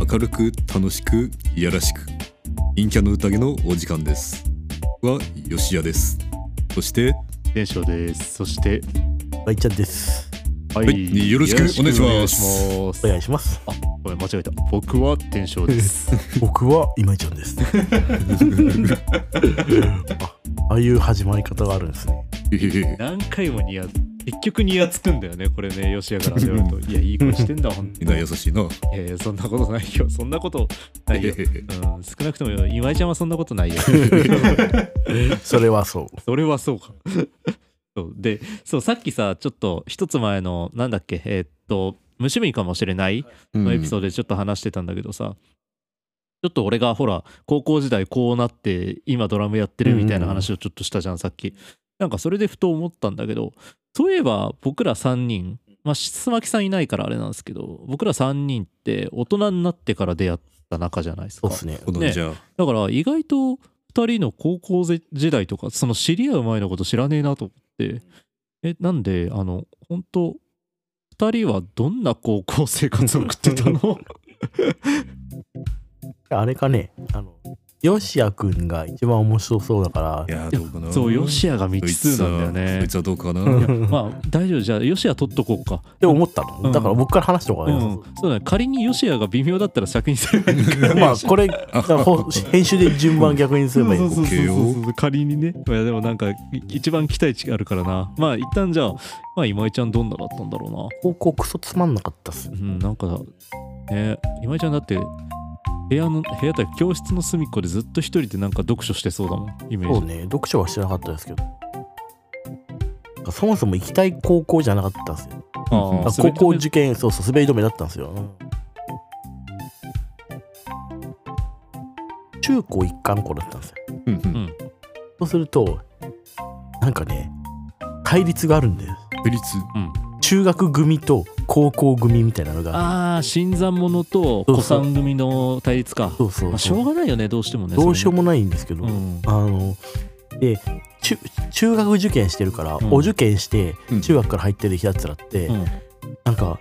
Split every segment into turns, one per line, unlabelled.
明るく楽しくいやらしく陰キャの宴のお時間ですは吉谷ですそ して
伝承です。そして、
バイちゃんです。
は
はいよろしくお願いします
お願いしま
お
す
願いします。
ごめん、間違えた。僕は伝承です。
僕は今井ちゃんです。あああいう始まり方があるんですね。
へへへ
何回もニヤ、結局ニヤつくんだよね、これね、吉 谷から言われると。いや、いい声してんだ、ほんと
みんな優しいなへ
いやいや、そんなことないよ。そんなことな
へ
い よ。
へ
うん、少なくとも今井ちゃんはそんなこと ないよ。
それは そう。
それはそうか。そうで、そう、さっきさ、ちょっと一つ前の、なんだっけ、えーっと、無趣味かもしれないのエピソードでちょっと話してたんだけどさ、ちょっと俺がほら高校時代こうなって今ドラムやってるみたいな話をちょっとしたじゃんさっきなんかそれでふと思ったんだけどそういえば僕ら3人まあすまきさんいないからあれなんですけど僕ら3人って大人になってから出会った仲じゃないです
そう
か
ですね。
この
ね
じゃあ
だから意外と2人の高校ぜ時代とかその知り合う前のこと知らねえなと思ってえなんであの本当2人はどんな高校生活を送ってたの
あれかね、あの、ヨシヤくんが一番面白そうだから
い、やどうかな
そう、ヨシアが未
こい
知
つ
数
は
なんだよ
こ
ね
いつ。はどうかな
うん
いや
まあ大丈夫じゃあヨシア取っとこうか。
って思った
うん
の。だから僕から話した方
う
がいい
ん
な、
そうだね仮にヨシアが微妙だったら先にすればいいからね
まあ、これ、だからほ編集で順番逆にすればいい
そう
の。
そうそうそうそう
OK
仮にねいやでもなんかい一番期待値があるからなまあ一旦じゃあまあ今井ちゃんどんなだったんだろうな
高校クソつまんなかったっす。
うん、なんか、ね、今井ちゃんだって、部屋の、部屋というか教室の隅っこでずっと一人でなんか読書してそうだもん、イメー
そう
ジ。
ね、読書はしてなかったですけど。そもそも行きたい高校じゃなかったんですよ。
ああ
あ高校受験、そうそう、滑り止めだったんですよ。中高一貫校だったんですよ。
うんうん
そうすると、なんかね、対立があるんです。
不立
中学組と高校組みたいなのが。
ああ、新参者と
そう
子参組の対立か。
そうそう
まあ、し
そう
ょうがないよね、どうしてもね。
どうしよう
も。
もないんですけど、
うん。
あの、で、中中学受験してるから、
うん
お受験して
うん
中学から入ってる人たちらって、
うん
なんか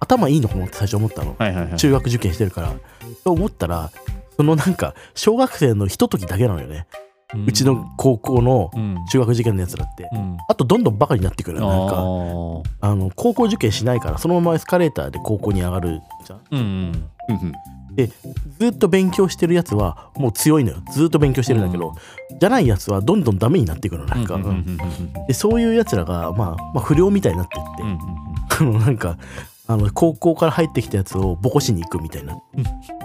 頭いいのかもって最初思ったの、
はいはいはい。
中学受験してるからと思ったらそのなんか小学生のひとときだけなのよねうちの高校の
うん、うん。
中学受験のやつらって、
うん。
あとどんどんバカになってくる
あ
なんか
ー
あの高校受験しないからそのままエスカレーターで高校に上がるじゃん
うんうん。
うんうん
ずっと勉強してるやつはもう強いのよずっと勉強してるんだけど、じゃないやつはどんどんダメになってくるのなんか、
うんうんうん
でそういうやつらが、まあ、まあ不良みたいになってって、
うんうん
あの なんかあの高校から入ってきたやつをボコしに行くみたいなそ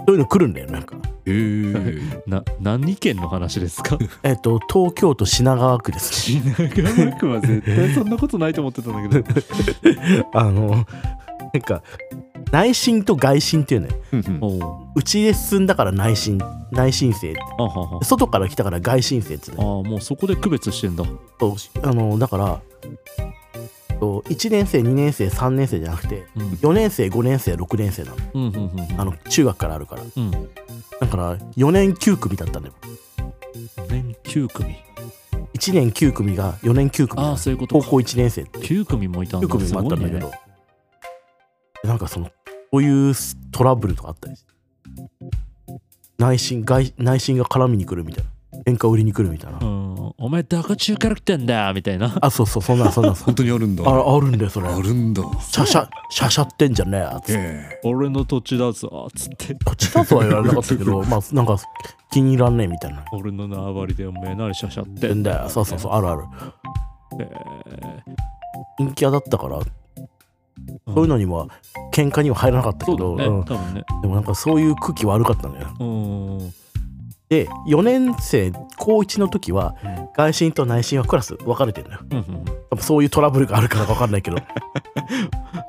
ういうの来るんだよなんか
へえ
な何県の話ですか
えっ、と東京都品川区ですね
長野区は絶対そんなことないと思ってたんだけど。
あのなんか内心と外心っていうね
うんうん
おう
うちで進んだから内心内心生
あはは
外から来たから外心生って
あ
ね
あもうそこで区別してんだう
そうあのだからと1年生2年生3年生じゃなくて
ん
4年生5年生6年生なの
うんうんうん
あの中学からあるから
うん
だから4年9組だったんだよ
4年9組
1年9組が4年9組
あ
な
あ
の
そういうこと
高
か
校1年生って
9組もいたんだ
よく見
す
もあっ
ご
た
い
んだけ
ね
ど、なんかそのこういうトラブルとかあったりして内心外内心が絡みに来るみたいな喧嘩売りに来るみたいな、
うんお前どこ中から来てんだみたいな
あそうそうそんなんそんなんそん
本 当にあるんだ
なんああるんだよそれ
あるんだ
シャシャシャシャってんじゃねえつって
ええ
俺の土地だぞつって
こっちだとは言われなかったけどまあなんか気に入らんねえみたいな
俺の縄張りでお前何シャシャって
でんだよそうそうそうあるある
へえ
陰キャだったから
うん
そういうのには喧嘩には入らなかった
そ
け
うだ
ど
よね、
うん
多分ね
でもなんかそういう空気悪かったんだよ
うんうん
で4年生高1の時は
うん
外心と内心はクラス分かれてるのよ
うん
多分そういうトラブルがあるからか分かん ないけどで
は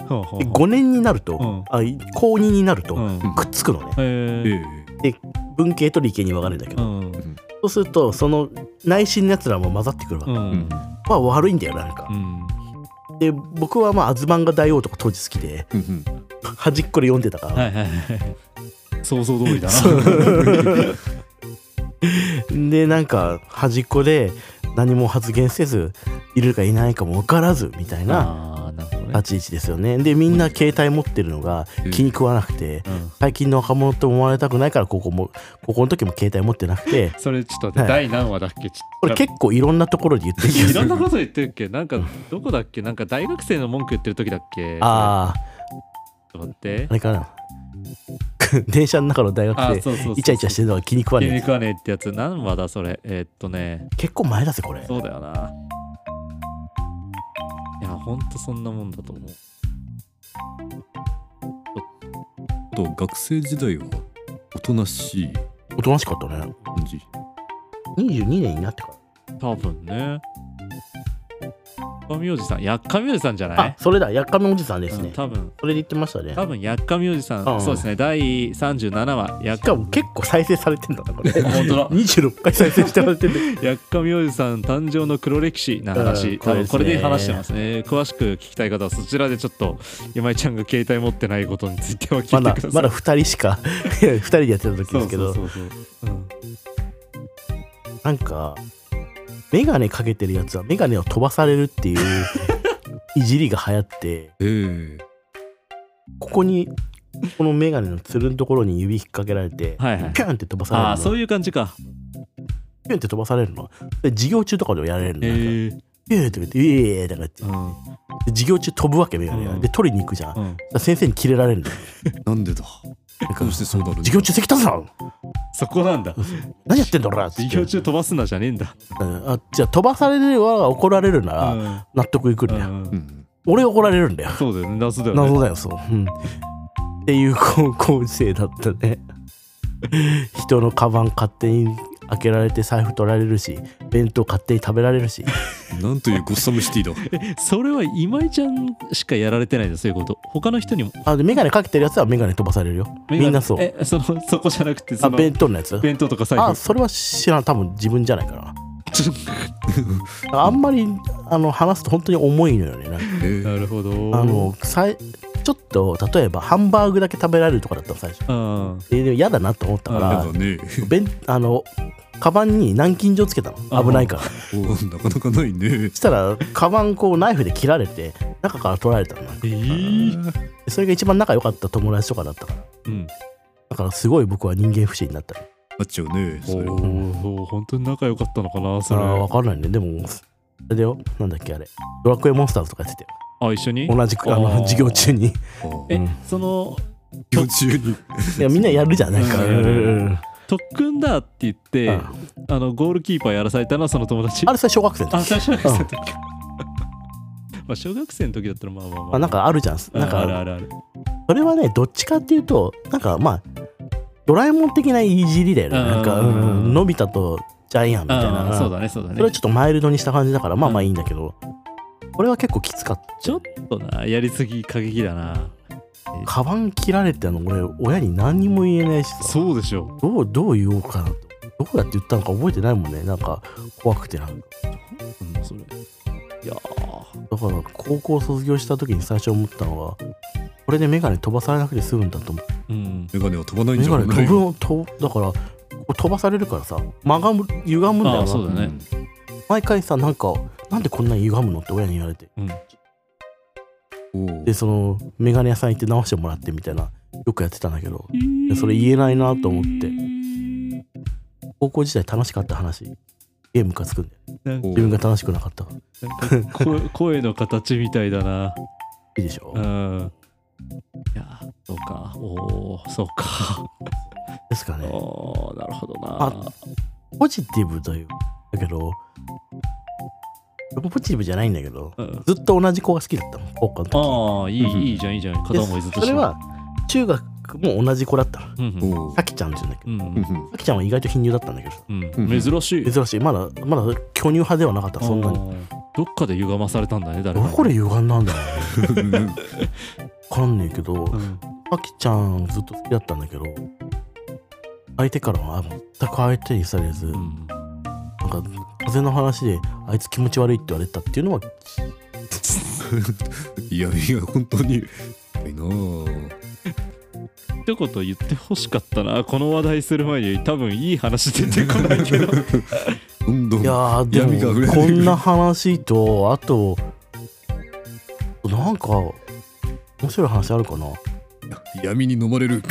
あはあ
5年になると、
うん
あ高2になると、
うん
くっつくのね
へえ
ええ
文系と理系に分かれるんだけ
う
ど、
ん
そうするとその内心のやつらも混ざってくる
う
わけ、
ん
まあ悪いんだよなんか
う、ん
で僕はまあ「アズマンガ大王」とか当時好きで
うんうん
端っこで読んでたから、
はいはいはい想像通りだな
でなんか端っ こで何も発言せずいるかいないかも分からずみたいな
ああなるほどね
立ち位置ですよねでみんな携帯持ってるのが
うん
気に食わなくて
うん
最近の若者って思われたくないからここもここの時も携帯持ってなくて
それちょっと待って、
は
第何話だっけち
こ
ょっ
れ
と
結構いろんなところで言ってる気が
い
す
ろんな
る
こと言ってるっけなんかどこだっけなんか大学生の文句言ってる時だっけ
ああ
ちょっと待って
あれかな 電車の中の大
あ
学
ー
生
そうそうそう
イチャイチャしてるのが気に食わ
筋
ね
肉はねえってやつ何話だそれえーっとね
え結構前だぜこれ
そうだよないやほんとそんなもんだと思う
あと学生時代はおとなしい
おとなしかったね
感じ
22年になってか
多分ね神おじさんやっかみおじさんじゃ
ら
な
あ
い
それだやっかみおじさんです
うん
ね
多分
それで言ってましたね
多分やっかみおじさん、
うん
そうですね第37話やっ
しかも結構再生されてんだなこれ
本当だ
26回再生してら れてんだよ
やっかみおじさん誕生の黒歴史な話、
うん
多分これで
これで
話
すね
してますね詳しく聞きたい方はそちらでちょっと今井ちゃんが携帯持ってないことについては聞い
ま
て
だ
ください
まだ2人しか2 人でやってた時
そ
で
う
すけど
そうそうそう、うん、
なんか眼鏡かけてるやつは眼鏡を飛ばされるっていう いじりが流行って
ええ
ここにこの眼鏡のつるのところに指引っ掛けられて、
はいはい
ピュンって飛ばされる
あ
の
あそういう感じか
ピュンって飛ばされるので授業中とかでもやられるの、
へえ
なんかピュンって言って「イエーイ!」とか言って
う
で
ん
授業中飛ぶわけ眼鏡が、
うん
で取りに行くじゃん、
うん、
先生にキレられるの
なんでだ
なんか
どうしてそうなるんだ
授業中席立つな
そこなんだ
何やってんだ俺らって
授業中飛ばすなじゃねえんだ、
うんあじゃあ飛ばされるは怒られるなら
う
納得いくんだよ、
ん
う、ん
俺怒られるんだよ
そうだよね謎だよね
謎だよそう、うん、っていう高校生だったね人のカバン勝手に開けられて財布取られるし弁当勝手に食べられるし
なんというゴッサムシティだ
それは今井ちゃんしかやられてないんだそういうこと他の人にも
あで眼鏡かけてるやつは眼鏡飛ばされるよみんなそう
えそのそこじゃなくて
あ
その
弁当のやつ
弁当とか財布
あそれは知らん多分自分じゃないかなあんまりあの話すと本当に重いのよねなんか
ええ
なるほど
あのさいちょっと例えばハンバーグだけ食べられるとかだったの最初
うん
ででも嫌だなと思ったか
や
ら
だね
弁あのカバンに南京錠つけたの危ないから
おなかなかないね
したらカバンこうナイフで切られて中から取られたのなんか
えー
それが一番仲良かった友達とかだったから
うん
だからすごい僕は人間不信になった
なっちゃうねそれ
お
は
お本当に仲良かったのかなそ
そ
れ
れは分かんないねでもあれだよなんだっけあれドラクエモンスターズとかやってて
あ一緒に
同じくあ
あ
の
ー
授業中にい
あ
え
うん
その
幼虫に
やみんなやるじゃんないか
う
うん
やるやる
んうん
特訓だって言って
うん
あのゴールキーパーやらされたのはその友達
あれそれ小学生の
あ
時
それ小学生の時 かまあ小学生の時だったらまあまあまあ
あなんかあるじゃん
うん
なん
ある
か
あるある
それはねどっちかっていうとなんかまあドラえもん的ないじりだよね
うん
なんかうんのび太とジャイアンみたい
あ
な
ーそうだねそうだ
それは
ね
ちょっとマイルドにした感じだからまあまあ
う
いいんだけど、これは結構きつかった
ちょっとなやりすぎ過激だな
カバン切られてんの俺親に何にも言えないしさ
そうでしょ
どうどう言おうかなとどうやって言ったのか覚えてないもんねなんか怖くてなんか
うんそれいやー
だから高校卒業した時に最初思ったのはこれで眼鏡飛ばされなくて済むんだと思って
うん
メガネは飛ばないん
眼
じゃない
鏡飛ぶとだからこれ飛ばされるからさ曲がむ歪むんだ
あ
よ
ーそう
な
だね
毎回さなんかなんでこんなに歪むのって親に言われて
うん
おう
でその眼鏡屋さん行って直してもらってみたいなよくやってたんだけどいやそれ言えないなと思って高校時代楽しかった話ゲームかつくんだ
な
よ
んか
おう
自分が楽しくなかったからい
なんか声 声の形みたいだな。
いでしょ
うん。いや、そうか。おお、そうか。
ですかね
おお、なるほどな。
あポジティブだよだけどポジティブじゃないんだけど
うん、
ずっと同じ子が好きだったの高校の
ああ、い
うんうん
い、いいじゃん、いいじゃん。
時
片思いずっとして
でそれ
る、
は中学も同じ子だったの
うん
おう
さきちゃんって言うんだけ
う
ど
ん。
うん
う
ん
さきちゃんは意外と貧乳だったんだけどさ
うんうん、珍しい。
珍しいまだまだ巨乳派ではなかったそんなに
あーどっかで歪まされたんだね、誰
ど
かに。
こで歪んだんだろうね
うんうん
わかんねえけど
うん
あきちゃんずっと好きだったんだけど相手からは全く相手にされず、
うん
なんか風の話であいつ気持ち悪いって言われたっていうのはい
やいや本当にいいなあ
一言言ってほしかったな、この話題する前に、多分いい話出てこない けど。
どんどん
いやーで
闇が溢れ
も
る
こんな話とあとななんか面白い話あるかな
闇に飲まれるだ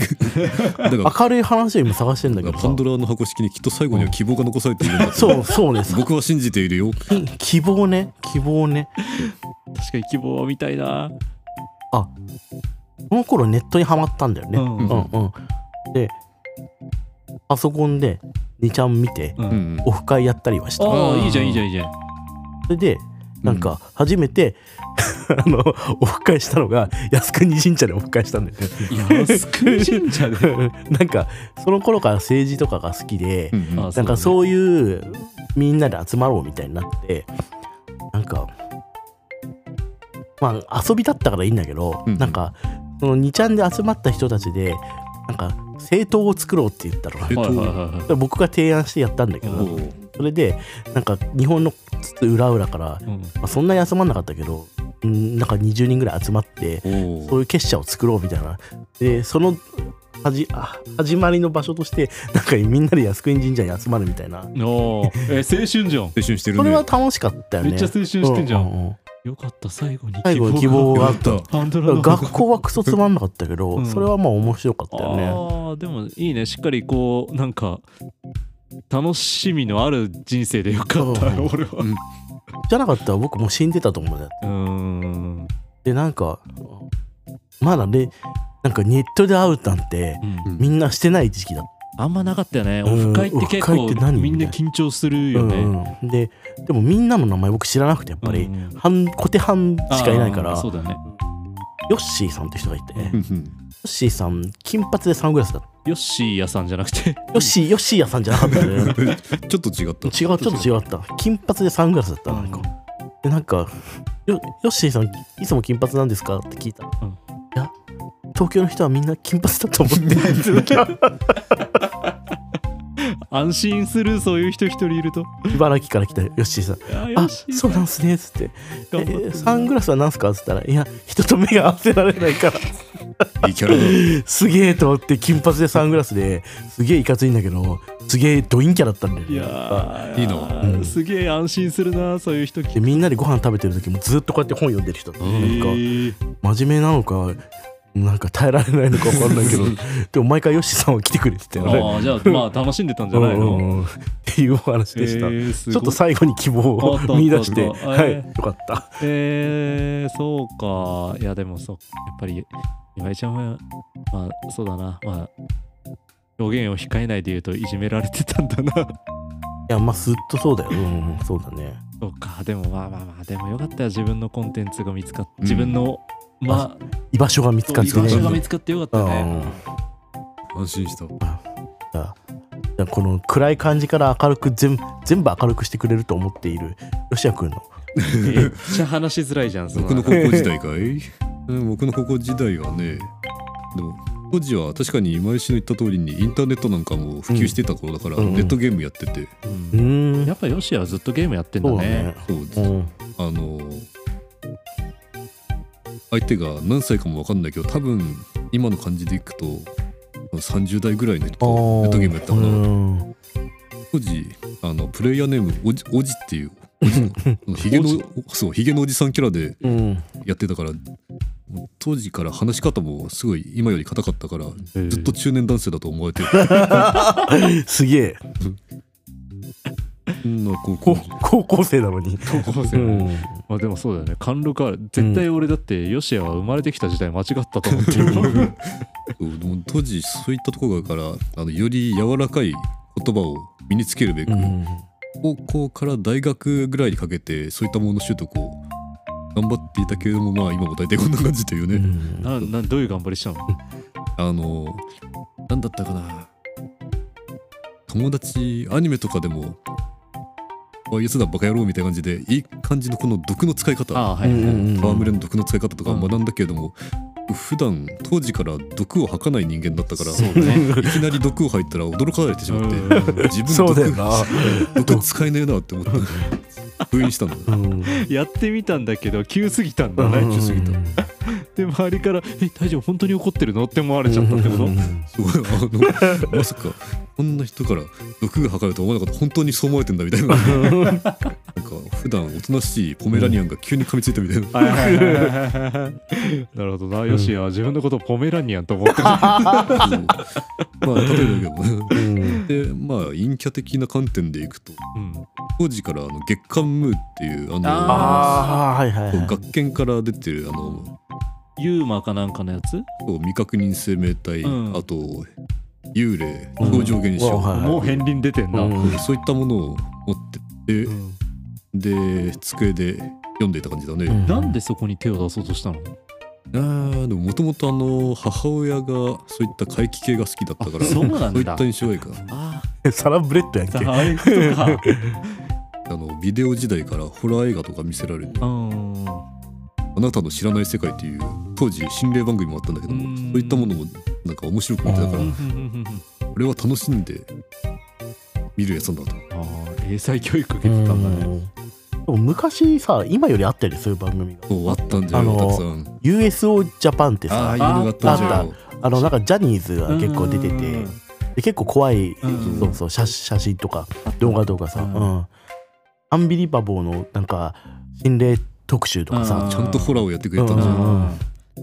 から
明るい話を今探してんだけど
パンドラの箱式にきっと最後には希望が残されているんだと
そうそうです
僕は信じているよ
希望ね希望ね
確かに希望みたいな。
その頃ネットにはまったんだよね、
うん
うんうんでパソコンで2ちゃん見て
う
うんん
オフ会やったりはした
ああ
うん
いいじゃんいいじゃんいいじゃん。
それでなんか初めて、 あのオフ会したのが靖国神社でオフ会したんだよね
靖国神社で。
なんかその頃から政治とかが好きで、
うんうん
あ
なんか
う
そういうみんなで集まろうみたいになってなんかまあ遊びだったからいいんだけど、
うんうん
なんかその2ちゃんで集まった人たちでなんか政党を作ろうって言ったの
え
だ
っ
ね。
と
はいはいはいはい。
で僕が提案してやったんだけど、
うん
それでなんか日本のつつ裏裏から、ま
うん
あ、そんなに集まんなかったけどうんなんか20人ぐらい集まって
おー
そういう結社を作ろうみたいな。で、そのはじあ始まりの場所として、なんかみんなで靖国神社に集まるみたいな。
おーえー青春じゃん。
青春してるね
それは楽しかったよね。
めっちゃ青春してんじゃ。
うんうう
よかった最後に
最後に希望
よか
があっ
った
パンドラ
た。
の
学校はクソつまんなかったけど、
うん
それはまあ面白かったよね。
ああでもいいねしっかりこうなんか楽しみのある人生でよかった
うん
俺は
うん
じゃなかったら僕もう死んでたと思うんだよ。
うーん
で、なんか、まだね、なんかネットで会うなんて、
うん
みんなしてない時期だっ
あんまなかったよねオ
う
フ
ん
会って結
オフ会って
構
何
みんな緊張する
た。
よね
うんうんで、でもみんなの名前僕知らなくて、やっぱり、
うん
半小手半しかいないから、
あーそうだよね
ヨッシーさんって人がいて、
う
ヨ
んうん
ッシーさん金髪でサングラスだった
ヨッシー屋さんじゃなくて
ヨッシーヨッシー屋さんじゃなかったよね
ちょっと違っ
違
た
うちょっと違った金髪でサングラスだったなんかでなんかよヨッシーさんいつも金髪なんですかって聞いた、
うん
いや東京の人はみんな金髪だと思って
安心するそういう人一人いると
茨城から来たヨッシーさん
あ
あ
よし
そうなんすねっつってえ
頑張って
ーサングラスは何すか?」っつったら「いや人と目が合わせられないから
いいキャラだ
すげえと思って金髪でサングラスですげえいかついんだけどすげえドインキャだったんだよね
いやー
いいな
うん
すげえ安心するなそういう人聞いて
でみんなでご飯食べてる時もずっとこうやって本読んでる人、なんか真面目なのかなんか耐えられないのか分かんない けどでも毎回ヨッシーさんは来てくれてたよね。
ああじゃ あまあ楽しんでたんじゃない
うんう
の
んうんっていうお話でした。
えーす
ち
ご
ょ
い
っと最後に希望
あっ
を
たあった
見出して、
あった
はい、
え
よかった。
えー、そうか。いや、でもそう、やっぱり、今井ちゃんは、まあ、そうだな。まあ、表現を控えないで言うと、いじめられてたんだな。
いや、まあ、ずっとそうだよ。うん、うんそうだね。
そうか。でも、まあまあまあ、でもよかったよ。自分のコンテンツが見つかっ
ん
自分の、まあ、
居場所が見つかっ
居
て
場
ね。
所が
見
見つかってよかっ
う
た
ん
ね。
安心した
じゃあじゃあこの暗い感じから明るく全部全部明るくしてくれると思っているロシア君の
めっちゃ話しづらいじゃん、その
僕の高校時代かいうん僕の高校時代はねでも当時は確かに今井氏の言った通りにインターネットなんかも普及してた頃だから、
うんうんうん
ネットゲームやってて、
う
うー
ん
ん
やっぱヨシアはずっとゲームやってんだ
そうだ
ね
ね。
そう
うん
あの相手が何歳かも分かんないけど多分今の感じでいくと30代ぐらいの人
あ
とネ
ー
ットゲームやった
う
かな、
ん
当時あのプレイヤーネームおじおじっていう ひげのそうひげのおじさんキャラで
うん
やってたから当時から話し方もすごい今より硬かったから
え
ずっと中年男性だと思われてる
すげえ
そんな高校
こ高校生なのに、
高校生まあでもそうだよね。貫禄ある。絶対俺だって、ヨシアは生まれてきた時代間違ったと思ってるもん。
そうでも当時そういったところからあのより柔らかい言葉を身につけるべく、
うん
高校から大学ぐらいにかけてそういったものの習得を頑張っていたけれどもまあ今も大体こんな感じというね、
うん
ななどういう頑張りしたの
あのなんだったかな友達アニメとかでも「おいやつだバカ野郎」みたいな感じでいい感じのこの毒の使い方
ああ、はいはい、はい。
戯れの毒の使い方とか
うん
学んだけれども、普段当時から毒を吐かない人間だったから、
そう
い
ね。
きなり毒を吐いたら驚かれてしまって、
う
自分
そうだよ
毒
な、
毒使えねえなって思った封印したの
うん
んやってみたんだけど急すぎたんだね、
うん
すぎた
で周りから「え大丈夫本当に怒ってるの?」って思われちゃったってこと、
うん
すごいあのまさか こんな人から毒が吐かれるとは思わなかった本当にそう思われてんだみたいななんか普段おとなしいポメラニアンが急に噛みついたみたいな、
はいはいはいはいはいなるほどな。よしは自分のことをポメラニアンと思ってる。
そうまあ例えばだけど
うん
でまあ陰キャ的な観点でいくと
うん
当時からあの月刊ムーっていうあの
ああはいはいはい
学研から出てるあの
ユーマかなんかのやつ
そう未確認生命体、
うん
あと幽霊
うん
超常現象、
うんはい
もう片鱗出てんな。
うん
そういったものを持ってって、
うん
で机で読んでいた感じだね、
うん
なんでそこに手を出そうとしたの
あーでももともとあの母親がそういった怪奇系が好きだったから
あそうなんだ
いった印象がいいかな
あ
サラブレッドやんけ
あ、あれとか。
あのビデオ時代からホラー映画とか見せられて「
うん。
あなたの知らない世界」っていう当時心霊番組もあったんだけど
う
も
ん
そういったものもなんか面白く見てたから俺は楽しんで見るやつなんだと
ああ、英才教育受け
う
てたんだね。
んでも昔さ今よりあったよねそういう番組が
そうあったんだよ、
あのー
たくさん
USO ジャパンって
ああ
さ
いうのがあったんだ
あ
よ
あのなんかジャニーズが結構出て
う
て
ん
で結構怖い、
うん
そうそう写写真とか動画とかさ、
う
うんんアンビリバボーのなんか心霊特集とか
うん
さ、
ちゃんとホラーをやってくれたん
う
だよ、
ん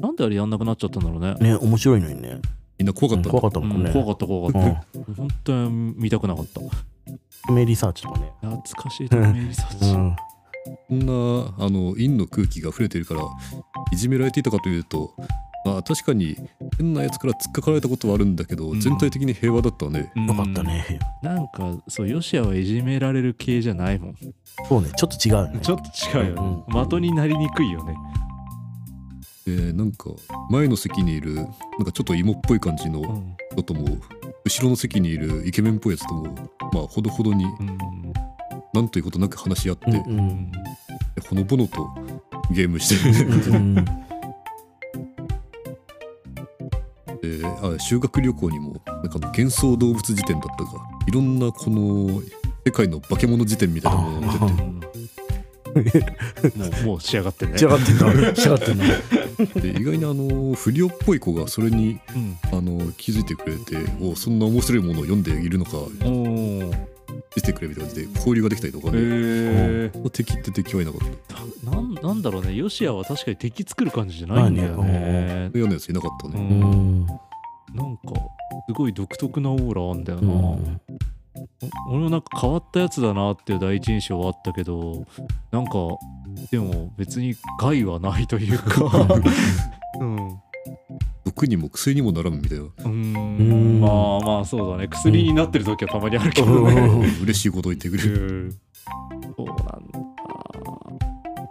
なんであれやんなくなっちゃったんだろうね。
ね面白いのにね
みんな怖かったんだ
怖かった
う
もんね、
ん怖かった怖かっ
うん
た。本当に見たくなかった。
匿名リサーチとかね、
懐かしい匿名リサーチ。
うん
こんなあの陰の空気が溢れてるからいじめられていたかというと、まあ、確かに変なやつから突っかかられたことはあるんだけど、
うん
全体的に平和だったね
うん
よかった。ね、
なんか、そう、ヨシアはいじめられる系じゃないもん。
そうねちょっと違うよね
ちょっと違うよね。
うん
的になりにくいよね。
でなんか前の席にいるなんかちょっと芋っぽい感じの
うん
人とも、後ろの席にいるイケメンっぽいやつともまあほどほどに
うん
なんということなく話し合って、
うん
で
うん
ほのぼのとゲームして
うん
であ修学旅行にもなんかあの幻想動物辞典だったかいろんなこの世界の化け物辞典みたいなものが出て
もうもう仕上がってんね。
仕上がってんな仕上がってんな
で意外にあの不良っぽい子がそれに
うん
あの気づいてくれておそんな面白いものを読んでいるのか
おー
見せてくれみたいな感じで交流ができたりとかね、
へえ
敵って敵はいなかった
なんなんだろうねヨシアは確かに敵作る感じじゃないんだよ
ない
ね
ね
嫌なやついなかった
う
ね、
うん
なんかすごい独特なオーラあんだよ
う
な、
ん
お俺もなんか変わったやつだなっていう第一印象はあったけどなんかでも別に害はないというかうん
毒にも薬にもならんみたいな
うー
うー
ん
ん
まあまあそうだね薬になってる時はたまにあるけど
う
ね、
ん
嬉しいこと言ってくれ
う
る
んそうなんだ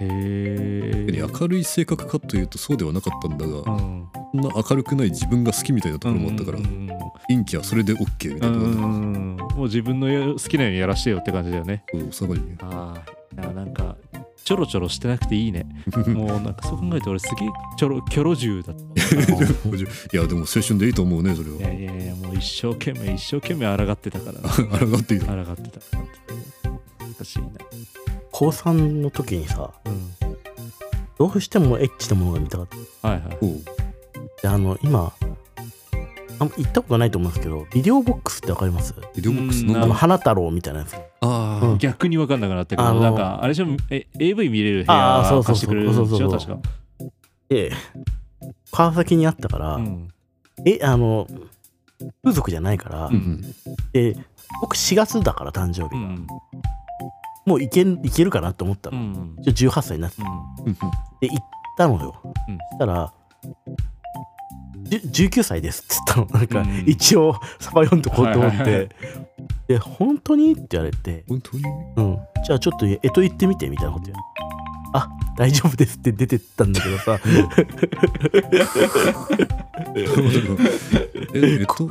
へえ
明るい性格かというとそうではなかったんだが、
うん
そんな明るくない自分が好きみたいなところもあったから、
うん
陰キャはそれで OK み
う
たいなところだっ
んもう自分のや好きなようにやらしてよって感じだよね
たそうさらに
ああなんかちょろちょろしてなくていいねもうなんかそう考えて俺すげえちょろ キョロ銃だっ
い
た
やでも青春でいいと思うねそれ
い
は
やいやいやもう一生懸命一生懸命抗ってたからな
あらがっていいな
抗ってたからおかしいな
高3の時にさ
うん
どうしてもエッチなものが見たかった
はいはい
おう
であの今あんま行ったことないと思うんですけどビデオボックスってわかります
ビデオボックス
うん
飲んだ
あの
の
花太郎みたいなやつ
ああ、
うん
逆に分かんなくなったけど、
あの
なんかあれじゃえ AV 見れる部
あーそ
屋
うそう
貸して
そう
くれるんでしょ
そうそうそう
確か、
で川崎にあったから、
うん
えあの風俗じゃないから、
う
うん
で僕4月だから誕生日
う
が、
ん
もういけるいけるかなと思った
う
の、
ん
ちょ18歳になって
う
うん
で行ったのよ、
うん
そしたらじゅ19歳ですっつったのなんか、
うん
一応サバ読んどこうと思って、
はいはいはい
で本当にって言われて
本当に
うん、じゃあちょっとえと言ってみてみたいなこと言うあ大丈夫ですって出てったんだけどさ
ええっと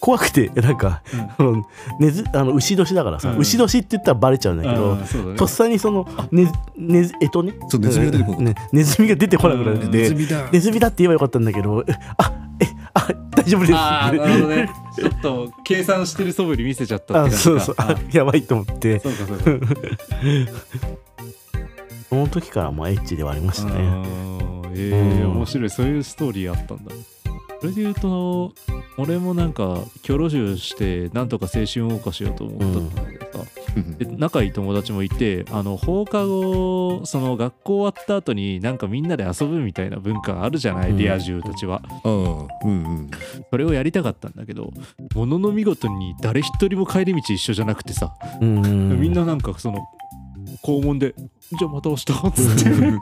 怖くてなんか、あのねずあの牛年だからさ、
うん
牛年って言ったらバレちゃうんだけど、
あーそうだね
とっさにそのねねえとね
そうネズミが出てこなかっ
ねネズミが出てこなくなって
うん
たネ
て
ズミだ
ネズミだって言えばよかったんだけどえあえあ大丈夫です
ああ、
って
なるほどね。ちょっと計算してる素振り見せちゃったって感
あ
じか。
そうそうあ
あ
やばいと思って
そうかそうか。う
その時からもうエッチではありました
ー
ね
んええ
うん
面白い。そういうストーリーあったんだ。それで言うと、俺もなんか、キョロジュして、なんとか青春を謳歌しようと思ったんだけどさ、
うん
で仲いい友達もいてあの放課後その学校終わった後になんかみんなで遊ぶみたいな文化あるじゃない、
うん
リア充たちは
ああうんうん
それをやりたかったんだけどものの見事に誰一人も帰り道一緒じゃなくてさ、
うんうん
みんななんかその校門で「じゃあまた明日」っつって 一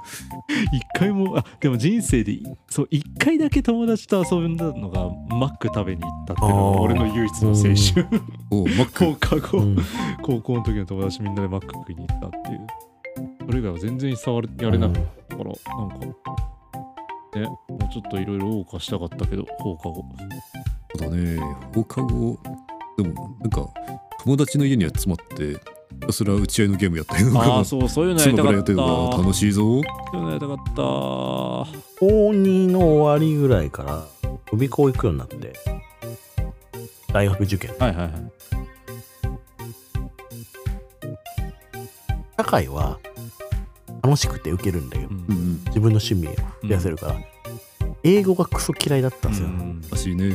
回もあでも人生でそう一回だけ友達と遊んだのがマック食べに行ったっていうの
あー
が俺の唯一の青春
おマック
放課後、
うん
高校の時の友達みんなでマック食いに行ったっていうそれ以外は全然触れやれなかったから、なんかねもうちょっといろいろ謳歌したかったけど放課後
そうだね放課後でもなんか友達の家に集まってひたすら打ち合いのゲームやったりとか
ああそうそういうのや
妻
りた
か
から
やっ
っ
たてるのが楽しいぞ
そういうのやりたかった
高2の終わりぐらいから予備校行くようになって大学受験
はいはいはい
社会は楽しくて受けるんだけど
うん
うんうん
自分の趣味を増やせるから、英語がクソ嫌いだったんですよ、
うん
らしいね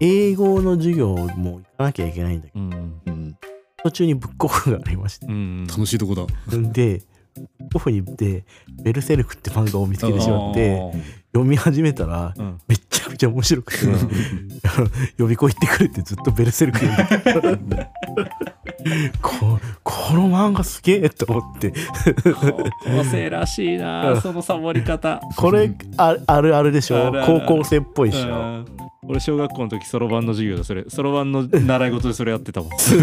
英語の授業も行かなきゃいけないんだけど
うん
うん
途中にブックオフがありまして
うん
楽しいとこだ
でブックオフに行って「ベルセルク」って漫画を見つけてしまって
あ
読み始めたら
ーうん
めっちゃくちゃ面白くて
うん
あの予備校行ってくれってずっと「ベルセルク」読ん でたここの漫画すげえと思って
高校生らしいなそのサボり方
これああるあるでし
あ
ょ
るある
高校生っぽいでし
う
ょ
ん俺小学校の時そろばんの授業でそれそろばんの習い事でそれやってた もんそ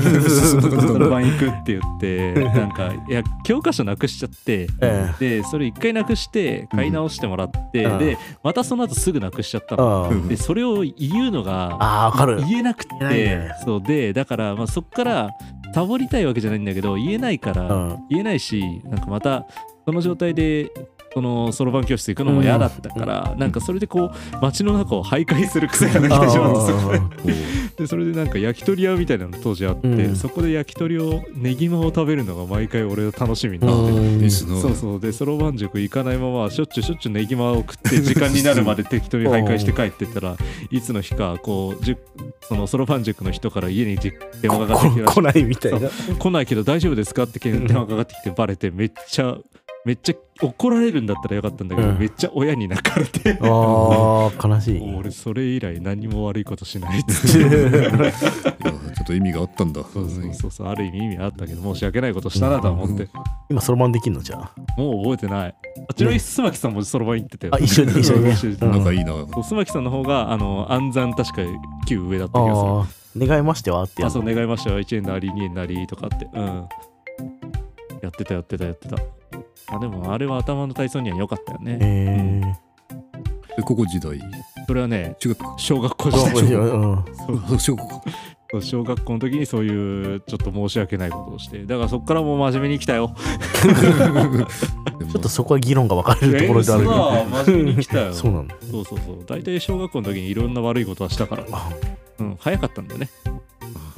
ろばん行くって言ってなんかいや教科書なくしちゃって
え
でそれ一回なくして買い直してもらって、
うん
でまたその後すぐなくしちゃった
えう
の、
ん
でそれを言うのが
ああ分かる
言えなくて
言えないんだよね
そうでだから、まあ、そっからサボりたいわけじゃないんだけど言えないから、
うん
言えないしなんかまたその状態でそのそろばん教室行くのも嫌だったから、なんかそれでこう街の中を徘徊する癖ができ
あ
てしまうんですよ
ー
おう
でそれでなんか焼き鳥屋みたいなの当時あって、
うん
そこで焼き鳥をネギマを食べるのが毎回俺の楽しみになってて
うん
いいっすな
そうそうでそろばん塾行かないまましょっちゅうしょっちゅうネギマを食って時間になるまで適当に徘徊して帰ってったらいつの日かこう塾そのそろばん塾の人から家にじ電話がかかってき
こ
て
来ないみたいな
来ないけど大丈夫ですかってけん電話かかってきてバレてめっちゃめっちゃ怒られるんだったらよかったんだけど、
うん
めっちゃ親に泣かれて
あー悲しい
もう俺それ以来何も悪いことしないっつって
いやちょっと意味があったんだ
そうそうそうそうある意味意味あったけど申し訳ないことしたなとは思って、
今そろばんできんのじゃあ
もう覚えてないあちなみに須巻さんも そろばん行ってたよ、
あ一緒に一緒にね
一緒に
うん
仲いいな
そう須巻さんの方があの暗算確か旧上だった気がする
ああ願いましてはって
あ
やつ
そう願いましたよ1円なり2円なりとかってうんやってたやってたやってたあでもあれは頭の体操には良かったよ
え
ね
え
え高校時代
それはね
中学か
小学校時
あ
代
面白いうん
あ小学校か
そう小学校の時にそういうちょっと申し訳ないことをしてだからそっからもう真面目に生きたよ
でも
ちょっとそこは議論が分かれるところであるけど
そう真面目に生きたよ
そうなの
そうそうそう大体小学校の時にいろんな悪いことはしたから、
あ
うん、早かったんだよね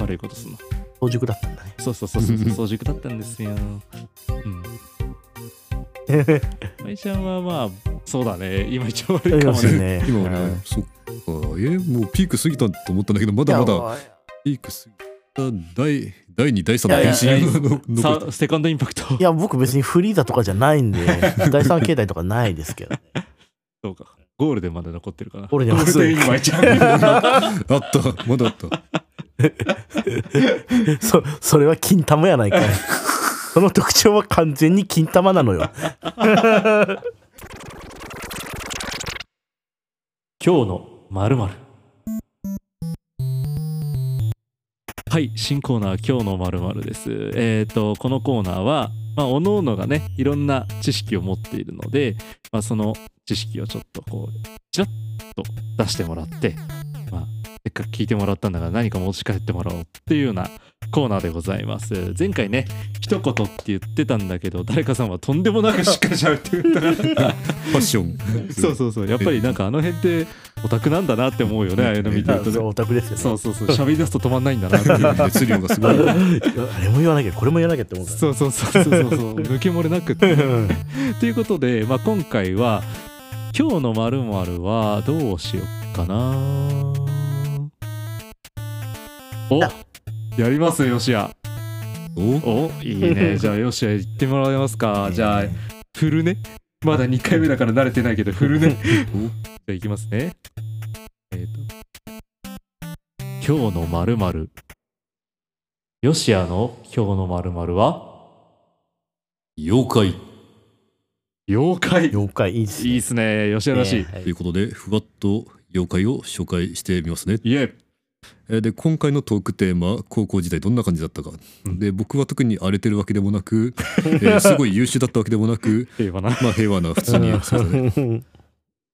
悪いことすんの
早熟だったんだね
そうそうそうそうそう早熟だったんですようんまいちゃんはまあそうだね今一番悪いかもね
ね
今俺、
うん
そっかえもうピーク過ぎたと思ったんだけどまだまだピーク過ぎた第第2第3の
いやいや
変身の残っ
さセカンドインパクト
いや僕別にフリーだとかじゃないんで第三形態とかないですけど
そうかゴールデンまで残ってるかな
俺には
ゴールデンにまいちゃん
たあったまだあった
そそれは金玉やないかいその特徴は完全に金玉なのよ
今日のまるまるはい新コーナー今日のまるまるですえっ、とこのコーナーはまあ各々がねいろんな知識を持っているので、まあ、その知識をちょっとこうちらっと出してもらってまあせっかく聞いてもらったんだから何か持ち帰ってもらおうっていうようなコーナーでございます前回ね一言って言ってたんだけど誰かさんはとんでもなくしっかりしゃべってくれたから
ファッション
そうそうそうやっぱりなんかあの辺ってオタクなんだなって思うよねああいうの見てると
そう
ね
オタクですよね
そうそうそう喋り出すと止まんないんだなって いう
熱量がすごい
あれも言わなきゃこれも言わなきゃって思うから
そうそうそうそうそうそう抜け漏れなくって
うん
ということで、まあ、今回は「今日のまるはどうしよっかなおやりますよしや
お
おいい ねじゃあよし行ってもらえますかじゃあ振るねまだ2回目だから慣れてないけど振 るねおじゃあ行きますねえっ、と今日のまるまるよしやの今日のまるまるは
妖怪
妖怪
妖怪いいっす
い
ね
いっすねよしやらしい、
は
ということでふわっと妖怪を紹介してみますね
イエー
えーで今回のトークテーマ高校時代どんな感じだったか、
うん
で僕は特に荒れてるわけでもなく、えーすごい優秀だったわけでもなく
平和な
まあ平和な普通に過ごせたね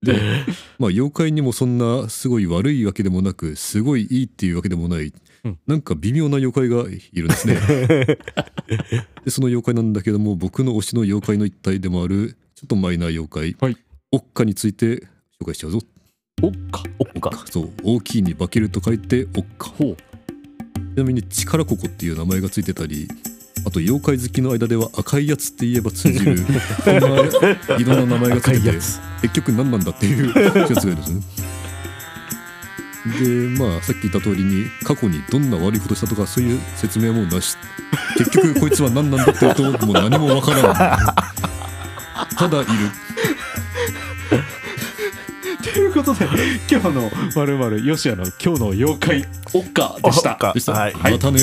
で まあ妖怪にもそんなすごい悪いわけでもなくすごいいいっていうわけでもない、
うん
なんか微妙な妖怪がいるん ですねでその妖怪なんだけども僕の推しの妖怪の一体でもあるちょっとマイナー妖怪、
はい
オッカについて紹介しちゃうぞ
おっか
おっか
そう大きいに化けると書いてオッカ
ほう
ちなみに「力ここ」っていう名前がついてたりあと妖怪好きの間では「赤いやつ」って言えば通じ るこんないろんな名前がつ
赤
い
い
て
や
て
つ
結局何なんだって いうやつがいるんですね。でまあさっき言った通りに過去にどんな悪いことしたとかそういう説明もなし結局こいつは何なんだって言うともう何もわから んただいる
ということで今日のまるまるよしやの今日の妖怪おっかでした
おっか
でした、
はい
またね